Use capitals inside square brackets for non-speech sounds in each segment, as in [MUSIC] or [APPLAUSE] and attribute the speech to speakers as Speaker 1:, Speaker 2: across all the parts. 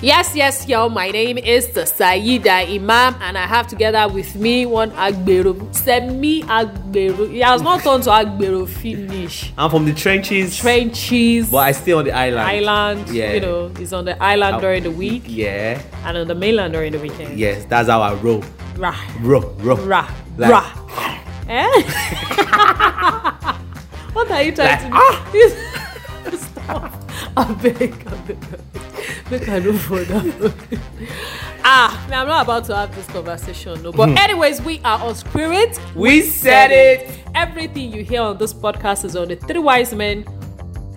Speaker 1: Yes, yes, y'all. My name is the Saida Imam, and I have together with me one Agbero, semi Agbero. He has not turned to Agbero finish.
Speaker 2: I'm from the trenches,
Speaker 1: Trenches,
Speaker 2: but I stay on the island.
Speaker 1: island.
Speaker 2: yeah,
Speaker 1: You know, he's on the island
Speaker 2: I-
Speaker 1: during the week
Speaker 2: yeah,
Speaker 1: and on the mainland during the weekend.
Speaker 2: yes. That's how I roll,
Speaker 1: Rah,
Speaker 2: roll, roll,
Speaker 1: rah,
Speaker 2: Like-
Speaker 1: rah. Eh? [LAUGHS] what are you trying
Speaker 2: Like, ah!
Speaker 1: to do? [LAUGHS] Stop. I beg, I beg, I beg. Make I don't fall down. [LAUGHS] ah, now I'm not about to have this conversation, no.
Speaker 2: Hmm.
Speaker 1: But anyways, we are on spirit.
Speaker 2: We said it.
Speaker 1: Everything you hear on this podcast is on the three wise men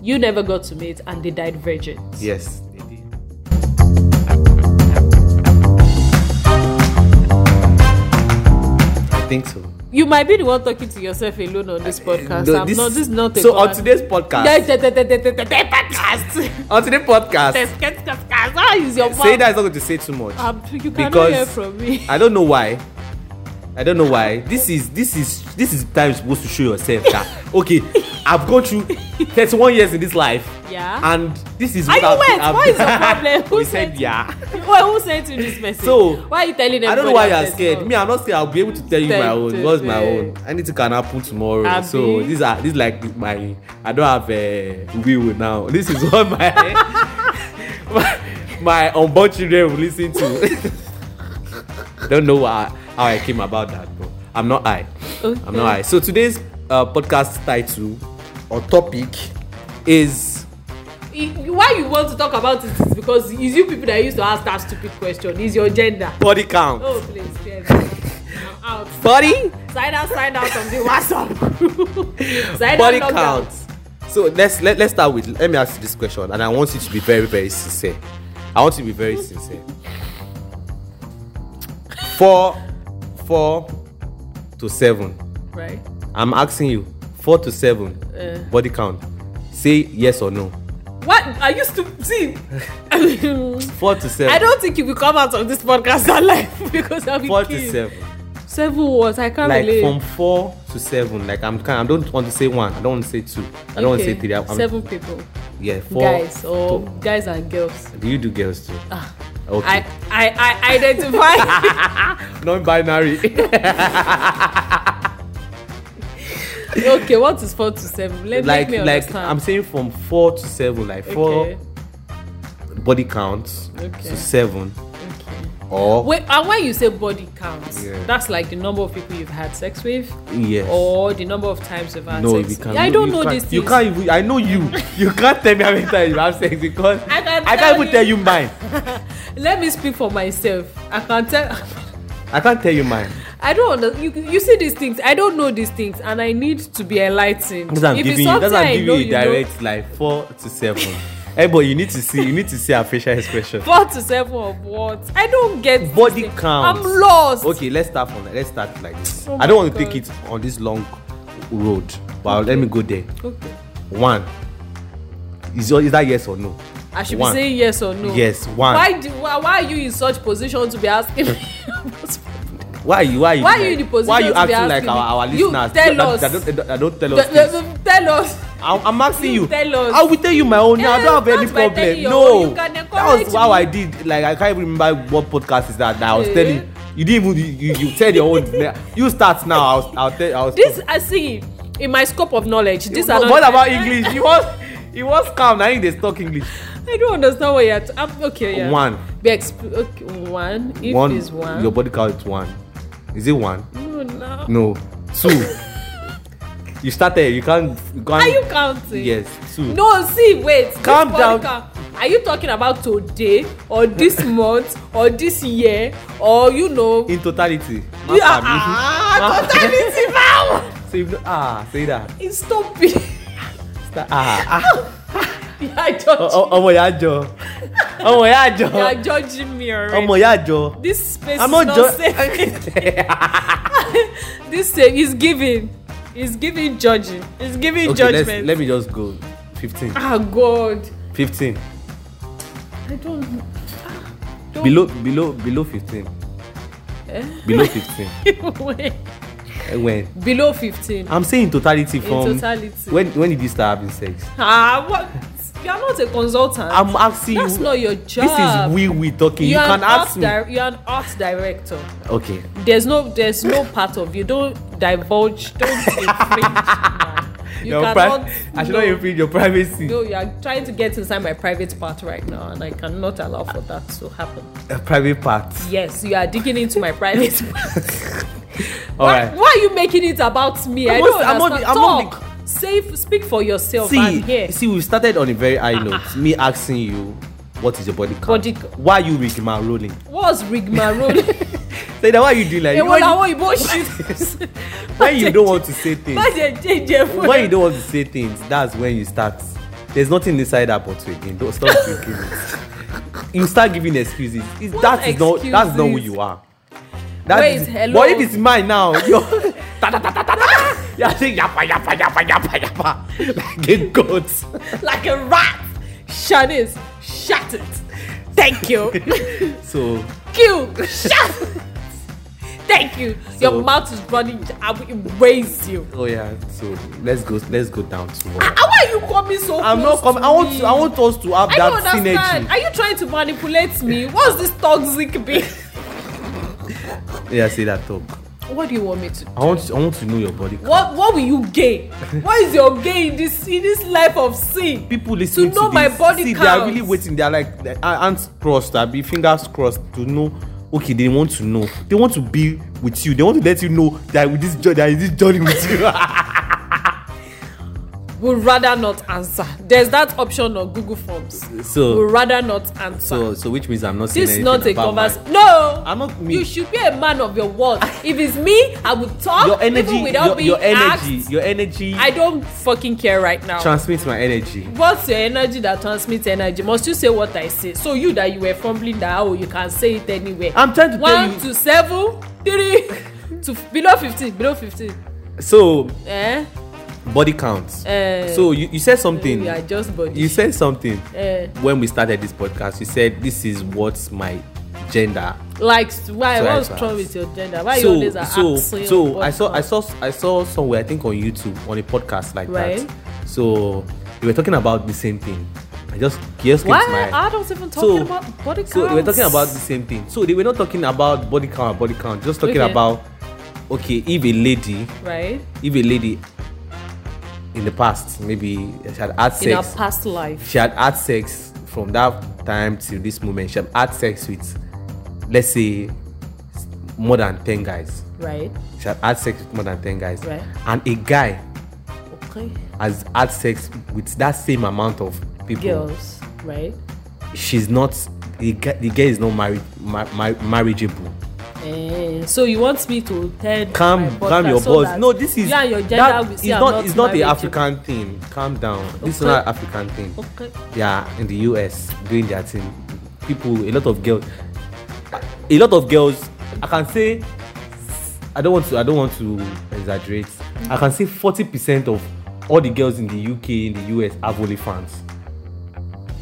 Speaker 1: you never got to meet and they died virgins.
Speaker 2: Yes. I think so.
Speaker 1: You might be the one talking to yourself alone on this podcast.
Speaker 2: Uh, No,
Speaker 1: I'm not, this is not a
Speaker 2: so on
Speaker 1: conversation.
Speaker 2: today's podcast,
Speaker 1: Yeah, yeah, yeah, yeah, yeah, yeah, yeah, podcast. [LAUGHS]
Speaker 2: on today's podcast,
Speaker 1: Yes, yes, yes, yes. Ah, is your mouth.
Speaker 2: say that is not going to say too much.
Speaker 1: Um, you cannot
Speaker 2: because-
Speaker 1: hear from me. [LAUGHS]
Speaker 2: I don't know why. I don't know why. This is this is this is the time you're supposed to show
Speaker 1: [LAUGHS]
Speaker 2: yourself that okay, I've gone through 31 years in this life.
Speaker 1: Yeah.
Speaker 2: And this is
Speaker 1: Are you
Speaker 2: I've been-
Speaker 1: wet?
Speaker 2: I've-
Speaker 1: What is your problem? Who
Speaker 2: [LAUGHS] we
Speaker 1: said-
Speaker 2: said yeah.
Speaker 1: Why who sent you this message?
Speaker 2: So,
Speaker 1: why are you telling
Speaker 2: I don't
Speaker 1: everybody
Speaker 2: know
Speaker 1: that
Speaker 2: why you're
Speaker 1: there's
Speaker 2: scared.
Speaker 1: love?
Speaker 2: Me, I'm not scared. I'll be able to tell you
Speaker 1: Tell-
Speaker 2: my own.
Speaker 1: tell-
Speaker 2: What's my
Speaker 1: yeah.
Speaker 2: own? Anything can happen tomorrow.
Speaker 1: Abi.
Speaker 2: So these are these like my. I don't have a will now. [LAUGHS] This is what my [LAUGHS] my, my unborn children will listen to. [LAUGHS] don't know why, how I came about that, but I'm not I. I'm not I. So today's uh, podcast title or topic is
Speaker 1: I- Why you want to talk about it is because it's you people that used to ask that stupid question. Is your gender?
Speaker 2: body count.
Speaker 1: Oh please, yes.
Speaker 2: [LAUGHS]
Speaker 1: I'm out.
Speaker 2: Body.
Speaker 1: Sign out, sign out on the
Speaker 2: [LAUGHS]
Speaker 1: WhatsApp group. Sign
Speaker 2: body
Speaker 1: out, log out.
Speaker 2: counts. So let's let, let's start with let me ask you this question, and I want you to be very very sincere. I want you to be very sincere. Four, four to seven.
Speaker 1: Right.
Speaker 2: I'm asking you four to seven
Speaker 1: Uh.
Speaker 2: body count. Say yes or no.
Speaker 1: What are you stupid?
Speaker 2: [LAUGHS]
Speaker 1: See.
Speaker 2: Four to seven.
Speaker 1: I don't think you will come out of this podcast alive [LAUGHS] because I'll be
Speaker 2: four
Speaker 1: killed.
Speaker 2: to seven.
Speaker 1: Seven words. I can't
Speaker 2: Like
Speaker 1: relate.
Speaker 2: from four to seven. Like I'm kind. I don't want to say one. I don't want to say two. I don't want to say three. I, I'm,
Speaker 1: Seven people,
Speaker 2: Yeah. Four.
Speaker 1: guys or
Speaker 2: to-
Speaker 1: guys and girls.
Speaker 2: do you do girls too? okay.
Speaker 1: I I I
Speaker 2: [LAUGHS]
Speaker 1: identify. [LAUGHS]
Speaker 2: Non-binary.
Speaker 1: okay, what is four to seven? Let
Speaker 2: like
Speaker 1: like, me
Speaker 2: like
Speaker 1: understand.
Speaker 2: I'm saying from four to seven, like four
Speaker 1: okay.
Speaker 2: body counts
Speaker 1: Okay.
Speaker 2: to seven
Speaker 1: okay.
Speaker 2: or
Speaker 1: Wait, and when you say body count,
Speaker 2: Yeah.
Speaker 1: that's like the number of people you've had sex with,
Speaker 2: yes.
Speaker 1: or the number of times you've had
Speaker 2: no,
Speaker 1: sex.
Speaker 2: we can't.
Speaker 1: I don't
Speaker 2: you
Speaker 1: know
Speaker 2: can't,
Speaker 1: this.
Speaker 2: You can't. Even, I know
Speaker 1: [LAUGHS]
Speaker 2: you. You can't tell me how many times you have sex because
Speaker 1: I can
Speaker 2: I
Speaker 1: tell
Speaker 2: can't even
Speaker 1: you.
Speaker 2: tell you mine.
Speaker 1: Let me speak for myself. I can't tell. [LAUGHS]
Speaker 2: I can't tell you mine.
Speaker 1: I don't under you, you see these things. I don't know these things, and I need to be enlightened.
Speaker 2: That's what I'm
Speaker 1: If it's
Speaker 2: giving you.
Speaker 1: something
Speaker 2: That's what
Speaker 1: I
Speaker 2: I'm
Speaker 1: know
Speaker 2: giving you.
Speaker 1: know-
Speaker 2: Direct like four to seven. [LAUGHS] hey, but you need to see. You need to see our facial expression.
Speaker 1: four to seven of what? I don't get
Speaker 2: Body
Speaker 1: this thing.
Speaker 2: count.
Speaker 1: I'm lost.
Speaker 2: Okay, let's start from that. Let's start like this.
Speaker 1: Oh
Speaker 2: I don't
Speaker 1: my
Speaker 2: want to take
Speaker 1: God.
Speaker 2: it on this long road, but let me go there.
Speaker 1: Okay.
Speaker 2: one is your is that yes or no
Speaker 1: I should
Speaker 2: One.
Speaker 1: be saying yes or no.
Speaker 2: Yes, one.
Speaker 1: Why do why, why are you in such position to be asking? me [LAUGHS] about-
Speaker 2: why are you why are you,
Speaker 1: Why are you in the position
Speaker 2: why are
Speaker 1: to
Speaker 2: you
Speaker 1: be
Speaker 2: acting like
Speaker 1: asking
Speaker 2: our our
Speaker 1: me? You
Speaker 2: listeners
Speaker 1: tell
Speaker 2: that,
Speaker 1: us.
Speaker 2: that, don't, that don't tell us
Speaker 1: The-
Speaker 2: this.
Speaker 1: the- tell us.
Speaker 2: I'm, I'm asking
Speaker 1: You
Speaker 2: you,
Speaker 1: tell us.
Speaker 2: I will tell you my own now. I
Speaker 1: Eh,
Speaker 2: don't have any
Speaker 1: not by telling
Speaker 2: problem
Speaker 1: your own.
Speaker 2: no
Speaker 1: You can
Speaker 2: that
Speaker 1: encourage
Speaker 2: was how
Speaker 1: me.
Speaker 2: I did like I can't even remember what podcast is that that I was
Speaker 1: Eh?
Speaker 2: telling you didn't even you, you, you tell your own you start now I'll, I'll tell I'll
Speaker 1: This I see in my scope of knowledge. This
Speaker 2: what,
Speaker 1: are
Speaker 2: what
Speaker 1: not-
Speaker 2: about English you was you was calm now they talk English
Speaker 1: [LAUGHS] I don't understand what you're. T- I'm, okay. Yeah.
Speaker 2: One.
Speaker 1: Be exp- okay, one. If
Speaker 2: one
Speaker 1: is one.
Speaker 2: your body count is one is it one
Speaker 1: no, no.
Speaker 2: No. Two. you started. You can't. You can't.
Speaker 1: Are you counting?
Speaker 2: Yes. Two.
Speaker 1: No, see, wait. this
Speaker 2: Calm down.
Speaker 1: podcast- Are you talking about today or
Speaker 2: [LAUGHS]
Speaker 1: this month or this year or you know?
Speaker 2: In totality.
Speaker 1: you,
Speaker 2: Master, you-
Speaker 1: ah, totality vow.
Speaker 2: so you know- ah, say that.
Speaker 1: It's stupid.
Speaker 2: Sta- Ah, ah.
Speaker 1: you are judging.
Speaker 2: O-
Speaker 1: [LAUGHS]
Speaker 2: o- Ọmọ ìyá jọ. Ọmọ ìyá
Speaker 1: You are
Speaker 2: jọ.
Speaker 1: judging me already.
Speaker 2: Ọmọ ìyá jọ.
Speaker 1: this space
Speaker 2: oh. I'm
Speaker 1: is
Speaker 2: not
Speaker 1: not
Speaker 2: [LAUGHS]
Speaker 1: safe.
Speaker 2: judging.
Speaker 1: [LAUGHS] this space is giving. It's giving judging. It's giving
Speaker 2: okay, let's,
Speaker 1: judgment.
Speaker 2: let me just go. 15.
Speaker 1: Ah, God.
Speaker 2: 15.
Speaker 1: I don't. Ah, don't [LAUGHS] Eh?
Speaker 2: Below, below, below 15. Below 15.
Speaker 1: Wait.
Speaker 2: Eh, when?
Speaker 1: Below 15.
Speaker 2: I'm saying in totality
Speaker 1: In
Speaker 2: from.
Speaker 1: totality.
Speaker 2: When, when did you start having sex?
Speaker 1: Ah, what? you are not a consultant.
Speaker 2: I'm asking
Speaker 1: That's
Speaker 2: you.
Speaker 1: not your
Speaker 2: this
Speaker 1: job.
Speaker 2: is we we talking. You,
Speaker 1: you are
Speaker 2: can
Speaker 1: an art
Speaker 2: ask me.
Speaker 1: dir- you are an art director.
Speaker 2: okay.
Speaker 1: There's no there's no part of you. Don't divulge. Don't infringe.
Speaker 2: [LAUGHS]
Speaker 1: now. You
Speaker 2: Your pri-
Speaker 1: cannot.
Speaker 2: I should
Speaker 1: no,
Speaker 2: not infringe your privacy.
Speaker 1: No, you are trying to get inside my private part right now, and I cannot allow for that to happen.
Speaker 2: A private part.
Speaker 1: Yes, you are digging into my private
Speaker 2: [LAUGHS]
Speaker 1: part.
Speaker 2: All
Speaker 1: why,
Speaker 2: right.
Speaker 1: why are you making it about me? I
Speaker 2: I'm
Speaker 1: don't
Speaker 2: not- I'm not-
Speaker 1: understand.
Speaker 2: I'm not
Speaker 1: Talk. Say, speak for yourself. I'm here. Ah.
Speaker 2: See, see, we started on a very high note. Me asking you, what is your body count?
Speaker 1: Body count.
Speaker 2: Why you rigmarole?
Speaker 1: What's rigmarole?
Speaker 2: Say that why [LAUGHS] you do like
Speaker 1: Èwo
Speaker 2: when,
Speaker 1: làwọn òyìnbó
Speaker 2: [LAUGHS]
Speaker 1: ṣe?
Speaker 2: when you don't want to say things.
Speaker 1: Má jẹ́ jẹ́jẹ́ fún
Speaker 2: when you don't want to say things, that's when you start. There's nothing inside that bottle again. Don't stop drinking it. You start giving excuses. It's,
Speaker 1: What
Speaker 2: that is not that's not who
Speaker 1: excuses?
Speaker 2: you are. That
Speaker 1: Wait,
Speaker 2: is-
Speaker 1: hello?
Speaker 2: But if it's mine now, [LAUGHS] you're ta ta ta ta ta ta. You're saying yappa yappa yappa yappa yappa like a
Speaker 1: [LAUGHS]
Speaker 2: goat.
Speaker 1: like a rat. Shut it. Shut it. Thank you.
Speaker 2: [LAUGHS] so
Speaker 1: Q. Shut it. Thank you.
Speaker 2: So-
Speaker 1: Your mouth is running. I will erase you.
Speaker 2: oh yeah, so let's go let's go down to
Speaker 1: Ah, Why are you coming so
Speaker 2: I'm
Speaker 1: close
Speaker 2: not coming.
Speaker 1: to
Speaker 2: I want
Speaker 1: me?
Speaker 2: to, I want us to have
Speaker 1: I
Speaker 2: that
Speaker 1: don't understand.
Speaker 2: synergy.
Speaker 1: Are you trying to manipulate me? What's this toxic
Speaker 2: [LAUGHS]
Speaker 1: being?
Speaker 2: Yeah, say that talk.
Speaker 1: What do you want me to do?
Speaker 2: I want to, I want to know your body.
Speaker 1: What What will you gain?
Speaker 2: [LAUGHS]
Speaker 1: what is your gain in this in this life of sin?
Speaker 2: people listening
Speaker 1: know my
Speaker 2: this,
Speaker 1: body
Speaker 2: see, they are really
Speaker 1: counts.
Speaker 2: waiting. They are like their hands crossed, abi fingers crossed to know. Okay, they want to know. They want to be with you. They want to let you know that with this journey, that is this journey with you.
Speaker 1: Would rather not answer. There's that option on Google Forms.
Speaker 2: [LAUGHS] So-
Speaker 1: would rather not answer.
Speaker 2: so, so which means I'm not saying
Speaker 1: this is not a converse.
Speaker 2: [LAUGHS] conversation.
Speaker 1: No,
Speaker 2: I'm not me.
Speaker 1: You should be a man of your word. if it's me, I would talk.
Speaker 2: Your energy,
Speaker 1: even without
Speaker 2: your,
Speaker 1: being
Speaker 2: your energy,
Speaker 1: asked.
Speaker 2: your energy
Speaker 1: I don't fucking care right now.
Speaker 2: transmits my energy.
Speaker 1: What's your energy that transmits energy? Must you say what I say? So you that you were fumbling that oh you can say it anywhere.
Speaker 2: I'm trying to tell
Speaker 1: One
Speaker 2: you-
Speaker 1: to seven, three [LAUGHS] to below fifteen, below fifteen.
Speaker 2: So
Speaker 1: Eh?
Speaker 2: body counts.
Speaker 1: Eh.
Speaker 2: so you, you said something.
Speaker 1: We are just body.
Speaker 2: you said something
Speaker 1: Eh.
Speaker 2: when we started this podcast. You said this is what my gender
Speaker 1: like why?
Speaker 2: So I
Speaker 1: what's
Speaker 2: have to
Speaker 1: wrong
Speaker 2: ask.
Speaker 1: with your gender? Why you
Speaker 2: so
Speaker 1: always are
Speaker 2: so
Speaker 1: asking
Speaker 2: so
Speaker 1: about-
Speaker 2: I saw I saw I saw somewhere I think on YouTube on a podcast like
Speaker 1: Right.
Speaker 2: that. So we were talking about the same thing. I just just came
Speaker 1: Why
Speaker 2: to my
Speaker 1: are adults even talking
Speaker 2: so,
Speaker 1: about body counts?
Speaker 2: so we were talking about the same thing. So they were not talking about body count, body count. Just talking
Speaker 1: Okay.
Speaker 2: about okay, if a lady,
Speaker 1: right
Speaker 2: if a lady in the past maybe she had had
Speaker 1: in our
Speaker 2: sex,
Speaker 1: past life.
Speaker 2: she had had sex from that time till this moment. She had had sex with let's say more than ten guys.
Speaker 1: Right.
Speaker 2: she had had sex with more than ten guys
Speaker 1: Right.
Speaker 2: and a guy
Speaker 1: Okay.
Speaker 2: has had sex with that same amount of people
Speaker 1: Girls. Right.
Speaker 2: she's not the guy the girl is not married ma- ma- marriageable
Speaker 1: Eh, so you want me to tell
Speaker 2: calm
Speaker 1: my
Speaker 2: calm
Speaker 1: podcast
Speaker 2: your
Speaker 1: so
Speaker 2: balls
Speaker 1: that
Speaker 2: no this is
Speaker 1: you and your gender
Speaker 2: that
Speaker 1: will
Speaker 2: it's
Speaker 1: see I'm
Speaker 2: not it's not the
Speaker 1: marriageable.
Speaker 2: african thing calm down this is
Speaker 1: Okay.
Speaker 2: not african thing
Speaker 1: okay
Speaker 2: they are in the us doing their thing people a lot of girls a lot of girls i can say i don't want to i don't want to exaggerate i can say forty percent of all the girls in the uk in the us have only fans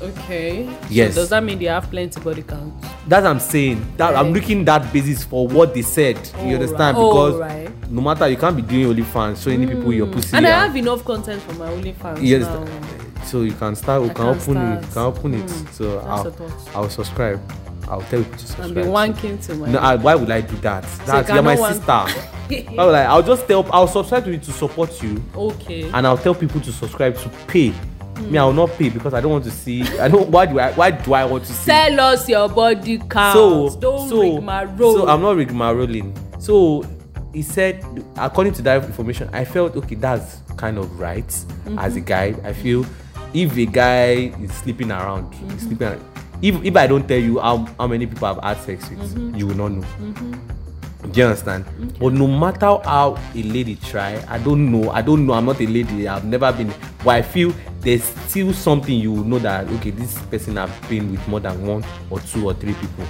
Speaker 1: okay
Speaker 2: Yes.
Speaker 1: so does that mean they have plenty body count
Speaker 2: that's what i'm saying that i'm looking that basis for what they said you
Speaker 1: Alright.
Speaker 2: understand because
Speaker 1: Alright.
Speaker 2: no matter you can't be doing only fans showing mm. people your pussy
Speaker 1: and i
Speaker 2: and-
Speaker 1: have enough content for my only fans
Speaker 2: yes
Speaker 1: now.
Speaker 2: so you can start you
Speaker 1: I
Speaker 2: can
Speaker 1: can
Speaker 2: open it you can
Speaker 1: start.
Speaker 2: open it
Speaker 1: Mm.
Speaker 2: so
Speaker 1: That's a
Speaker 2: i'll
Speaker 1: thought.
Speaker 2: i'll subscribe i'll tell people to subscribe
Speaker 1: and be
Speaker 2: too.
Speaker 1: wanking to my
Speaker 2: No, I, why would I do that? That's you're
Speaker 1: cannot
Speaker 2: my
Speaker 1: want-
Speaker 2: sister. [LAUGHS] I will like, I'll just tell I'll subscribe to you to support you
Speaker 1: [LAUGHS] okay
Speaker 2: and I'll tell people to subscribe to pay.
Speaker 1: Mm.
Speaker 2: Me, I will not pay because I don't want to see I don't why do I why do I want to see
Speaker 1: tell us your body count
Speaker 2: so
Speaker 1: don't
Speaker 2: so,
Speaker 1: rig my role
Speaker 2: So I'm not rigmaroling. So he said according to that information, I felt okay, that's kind of right
Speaker 1: Mm-hmm.
Speaker 2: as a guy. I feel if a guy is sleeping around,
Speaker 1: Mm-hmm.
Speaker 2: he's sleeping around if, if I don't tell you how, how many people I've had sex with,
Speaker 1: Mm-hmm.
Speaker 2: you will not know. Do you understand? But no matter how a lady try, I don't know. I don't know. I'm not a lady. I've never been. But I feel there's still something you will know that okay, this person have been with more than one or two or three people.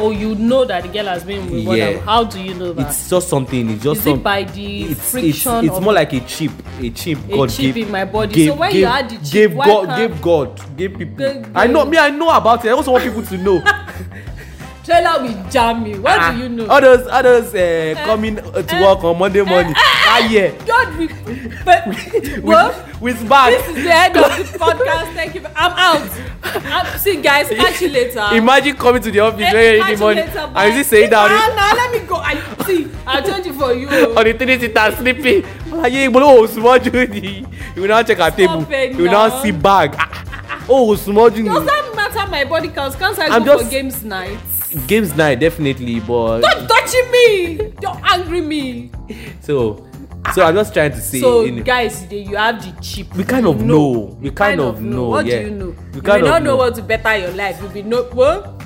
Speaker 1: oh you know that the girl has been with one
Speaker 2: Yeah.
Speaker 1: of how do you know that
Speaker 2: It's just something. It's just
Speaker 1: Is it
Speaker 2: some-
Speaker 1: by the
Speaker 2: it's,
Speaker 1: friction
Speaker 2: It's, it's
Speaker 1: of-
Speaker 2: more like a chip. A chip.
Speaker 1: A
Speaker 2: God
Speaker 1: chip
Speaker 2: gave,
Speaker 1: in my body.
Speaker 2: Gave,
Speaker 1: So when you
Speaker 2: gave,
Speaker 1: had the chip,
Speaker 2: gave
Speaker 1: why
Speaker 2: God,
Speaker 1: can't-
Speaker 2: gave God, gave people.
Speaker 1: Gave-
Speaker 2: I know.
Speaker 1: gave- [LAUGHS]
Speaker 2: Me, I know about it. I also want people to know.
Speaker 1: trailer will jam me what
Speaker 2: Ah,
Speaker 1: do you know.
Speaker 2: all those all those uh, coming uh, to
Speaker 1: eh,
Speaker 2: work on monday morning ah yeah
Speaker 1: God we but well
Speaker 2: with with bag
Speaker 1: this is the end of the podcast thank you I'm out I'm see guys catch you later.
Speaker 2: imagine coming to the office
Speaker 1: Eh,
Speaker 2: very
Speaker 1: catch
Speaker 2: early
Speaker 1: you
Speaker 2: morning
Speaker 1: later, bye.
Speaker 2: and you see saying
Speaker 1: Ah,
Speaker 2: down
Speaker 1: nah, let me go I see I change it for you.
Speaker 2: on the three seater sleeping alaye igbolo osumoju ni oh, [LAUGHS] you will now check her table
Speaker 1: it
Speaker 2: you will now
Speaker 1: now.
Speaker 2: see bag ah, ah, ah, oh osumoju
Speaker 1: Does
Speaker 2: ni
Speaker 1: that matter my body counts? Can't I
Speaker 2: I'm
Speaker 1: go
Speaker 2: just-
Speaker 1: for games night?
Speaker 2: games night definitely but
Speaker 1: Stop touching me! Don't angry me.
Speaker 2: so so i'm just trying to say
Speaker 1: so
Speaker 2: in-
Speaker 1: guys, you- you have the chip.
Speaker 2: we kind of know we kind of know
Speaker 1: What
Speaker 2: yeah
Speaker 1: do you know?
Speaker 2: we
Speaker 1: you
Speaker 2: kind
Speaker 1: may
Speaker 2: of
Speaker 1: not know
Speaker 2: know
Speaker 1: what to better your life. You be no well.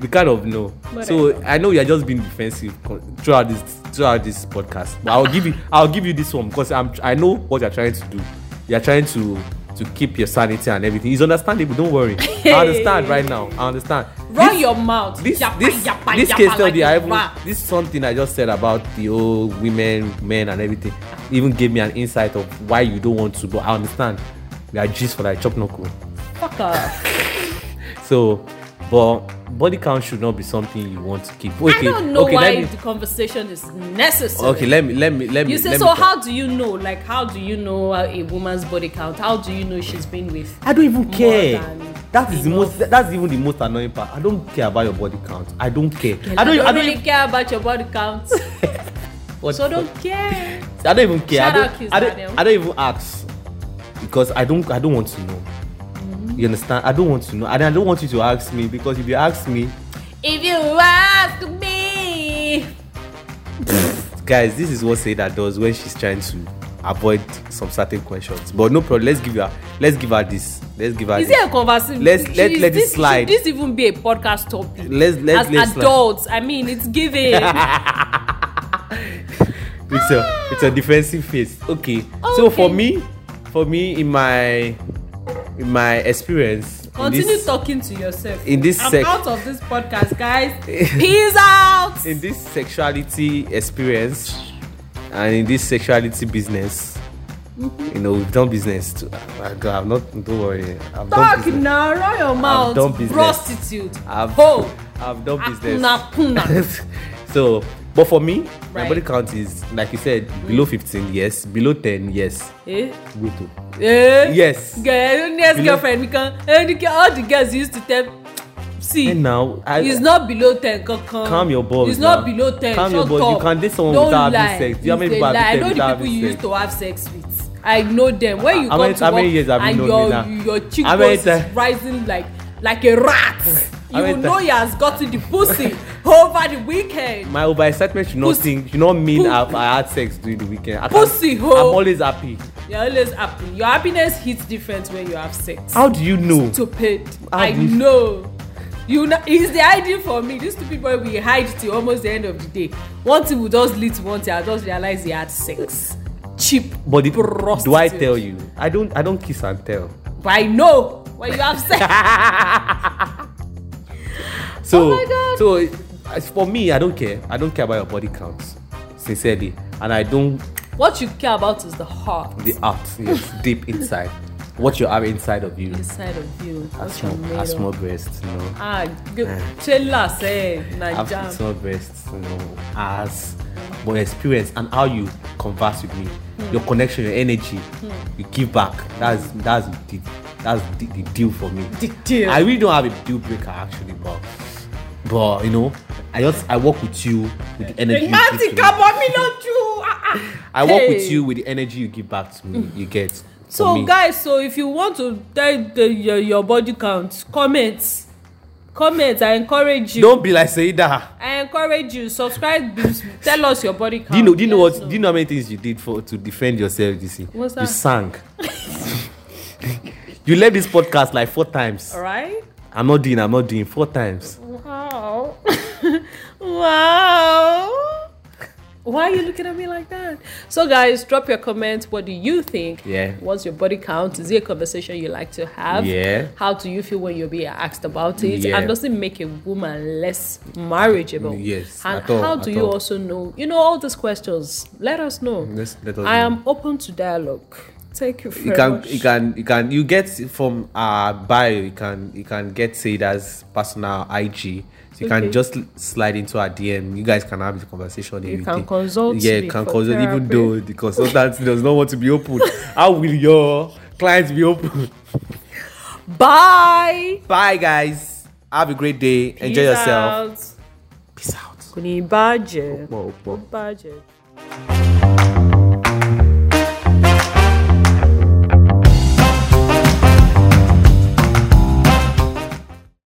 Speaker 2: we kind of know so i know you are just being defensive co- throughout this throughout this podcast but i'll give you i'll give you this one because i'm i know what you're trying to do you're trying to to keep your sanity and everything it's understandable don't worry i
Speaker 1: [LAUGHS]
Speaker 2: understand right now i understand
Speaker 1: Run your mouth.
Speaker 2: this
Speaker 1: Yappa,
Speaker 2: this
Speaker 1: yappa,
Speaker 2: this
Speaker 1: yappa
Speaker 2: case study
Speaker 1: like
Speaker 2: i
Speaker 1: a
Speaker 2: even
Speaker 1: rat.
Speaker 2: this something i just said about the old women men and everything even gave me an insight of why you don't want to but i understand we are gist for like chop knuckle
Speaker 1: Fuck off.
Speaker 2: so but body count should not be something you want to keep [LAUGHS] okay
Speaker 1: I don't know
Speaker 2: okay
Speaker 1: why
Speaker 2: let me
Speaker 1: the conversation is necessary.
Speaker 2: okay let me let me let me
Speaker 1: You say
Speaker 2: let
Speaker 1: so.
Speaker 2: me talk.
Speaker 1: How do you know? Like, how do you know uh, a woman's body count? How do you know she's been with?
Speaker 2: i don't even care
Speaker 1: than
Speaker 2: that is the most that- that's even the most annoying part i don't care about your body count i don't care
Speaker 1: Girl,
Speaker 2: i don't i don't
Speaker 1: really
Speaker 2: even
Speaker 1: care about your body count. [LAUGHS]
Speaker 2: what-
Speaker 1: so don't care.
Speaker 2: i don't even care i
Speaker 1: Shout
Speaker 2: don't
Speaker 1: out Kiss
Speaker 2: I don't,
Speaker 1: Daniel.
Speaker 2: I don't even ask because i don't i don't want to know you understand i don't want to know and i don't want you to ask me because if you ask me
Speaker 1: If you ask me.
Speaker 2: guys this is what Seda does when she's trying to avoid some certain questions but no problem let's give her let's give her this let's give her
Speaker 1: Is
Speaker 2: this.
Speaker 1: it a conversation?
Speaker 2: Let's- let-
Speaker 1: Should
Speaker 2: let it
Speaker 1: this,
Speaker 2: slide.
Speaker 1: Should this even be a podcast topic?
Speaker 2: Let's- let's-
Speaker 1: As
Speaker 2: let's slide.
Speaker 1: adults, I mean, it's giving.
Speaker 2: [LAUGHS] it's a it's a defensive face okay,
Speaker 1: Ah!
Speaker 2: so
Speaker 1: Okay.
Speaker 2: for me for me in my in my experience in
Speaker 1: Continue
Speaker 2: this,
Speaker 1: talking to yourself.
Speaker 2: in this
Speaker 1: I'm
Speaker 2: sec-
Speaker 1: out of this podcast,
Speaker 2: [LAUGHS]
Speaker 1: guys. Peace out.
Speaker 2: in this sexuality experience and in this sexuality business you know we've done business too I, I, i'm not don't worry i've done
Speaker 1: Talk
Speaker 2: business
Speaker 1: now, run your mouth.
Speaker 2: done business.
Speaker 1: Prostitute.
Speaker 2: I've,
Speaker 1: Ho.
Speaker 2: I've done business
Speaker 1: Akuna, kuna.
Speaker 2: [LAUGHS] so but for me my
Speaker 1: Right. Mm.
Speaker 2: body count is like you said below 15 yes below 10 yes
Speaker 1: Eh?
Speaker 2: Wait, oh.
Speaker 1: Eh?
Speaker 2: yes
Speaker 1: Girl, next
Speaker 2: Below-
Speaker 1: girlfriend, we can, eh, the- all the girls used to tell, see,
Speaker 2: and now i
Speaker 1: it's not below ten kankan
Speaker 2: Calm your balls
Speaker 1: it's not
Speaker 2: now.
Speaker 1: below ten
Speaker 2: Calm your
Speaker 1: shut
Speaker 2: balls. You
Speaker 1: up.
Speaker 2: can date someone
Speaker 1: Don't
Speaker 2: without having
Speaker 1: lie.
Speaker 2: sex. Do you know how many
Speaker 1: It's a
Speaker 2: people have
Speaker 1: lie. i
Speaker 2: dated
Speaker 1: know the people
Speaker 2: without having
Speaker 1: you used
Speaker 2: sex?
Speaker 1: to have sex with i know them when you
Speaker 2: How
Speaker 1: come
Speaker 2: many-
Speaker 1: to
Speaker 2: how
Speaker 1: work
Speaker 2: many years have you
Speaker 1: and
Speaker 2: known
Speaker 1: your
Speaker 2: me now?
Speaker 1: your
Speaker 2: How many
Speaker 1: cheekbones is
Speaker 2: times?
Speaker 1: rising like like a rat you
Speaker 2: many
Speaker 1: will know
Speaker 2: times?
Speaker 1: he has gotten the pussy [LAUGHS] over the weekend
Speaker 2: my overexcitement should not
Speaker 1: Pussy.
Speaker 2: think should not mean
Speaker 1: Pu-
Speaker 2: I've, I had sex during the weekend I can't-
Speaker 1: Pussy hoe.
Speaker 2: i'm always happy
Speaker 1: you are always happy your happiness hits different when you have sex
Speaker 2: how do you know
Speaker 1: stupid
Speaker 2: How
Speaker 1: i
Speaker 2: do you-
Speaker 1: know you know he's the ideal for me these two people we hide till almost the end of the day one thing we just lead to one thing i just realize he had sex cheap
Speaker 2: but the,
Speaker 1: prostitute
Speaker 2: do i tell you i don't i don't kiss and
Speaker 1: [LAUGHS]
Speaker 2: tell
Speaker 1: but i know when you have
Speaker 2: [LAUGHS]
Speaker 1: sex
Speaker 2: so
Speaker 1: Oh my God.
Speaker 2: so as for me i don't care i don't care about your body count sincerely and i don't
Speaker 1: what you care about is the heart
Speaker 2: the art yes, deep inside what you have inside of you
Speaker 1: inside of you
Speaker 2: a
Speaker 1: what
Speaker 2: small
Speaker 1: you
Speaker 2: a
Speaker 1: made
Speaker 2: small Eh.
Speaker 1: of
Speaker 2: breast you know
Speaker 1: ah go- trailer say na
Speaker 2: have
Speaker 1: jam
Speaker 2: small breasts you know as but experience and how you converse with me
Speaker 1: Hmm.
Speaker 2: your connection your energy you give back that's that's the that's the, the deal for me
Speaker 1: The deal.
Speaker 2: i really don't have a deal breaker actually but but you know i just i work with you with the energy you give
Speaker 1: imagine
Speaker 2: to me.
Speaker 1: kabo mi loju ah ah
Speaker 2: i work
Speaker 1: Hey.
Speaker 2: with you with the energy you give back to me you get
Speaker 1: Hmm. so
Speaker 2: for me.
Speaker 1: guys so if you want to tell the, your, your body count comment comment i encourage you
Speaker 2: don't be like Saida.
Speaker 1: i encourage you subscribe be- tell us your body count
Speaker 2: Do you know? Do you know
Speaker 1: Let us
Speaker 2: what? Do you know how many things you did for to defend yourself? You see,
Speaker 1: What's
Speaker 2: you
Speaker 1: that?
Speaker 2: sang. [LAUGHS] you left this podcast like four times.
Speaker 1: all right
Speaker 2: I'm not doing. I'm not doing four times.
Speaker 1: wow [LAUGHS] wow why are you looking at me like that so guys drop your comments what do you think
Speaker 2: Yeah.
Speaker 1: what's your body count is it a conversation you like to have
Speaker 2: Yeah.
Speaker 1: how do you feel when you're being asked about it
Speaker 2: Yeah.
Speaker 1: and does it make a woman less marriageable
Speaker 2: Yes,
Speaker 1: and
Speaker 2: at all,
Speaker 1: how
Speaker 2: at
Speaker 1: do you
Speaker 2: all.
Speaker 1: also know you know all these questions let us know
Speaker 2: Let's- let us
Speaker 1: i
Speaker 2: know.
Speaker 1: am open to dialogue Thank you very
Speaker 2: you can
Speaker 1: much.
Speaker 2: you can you can you get from our bio you can you can get Saida's personal IG so you
Speaker 1: Okay.
Speaker 2: can just slide into our DM you guys can have the conversation
Speaker 1: You can
Speaker 2: everything.
Speaker 1: consult
Speaker 2: yeah
Speaker 1: me
Speaker 2: you can
Speaker 1: for
Speaker 2: consult even
Speaker 1: therapy.
Speaker 2: though the consultant does not want to be open how will your clients be open [LAUGHS]
Speaker 1: Bye.
Speaker 2: bye guys have a great day enjoy
Speaker 1: Peace
Speaker 2: yourself
Speaker 1: out.
Speaker 2: peace out
Speaker 1: Kò ní bàjẹ́.
Speaker 2: Pọ̀, pọ̀.
Speaker 1: Kò bàjẹ́.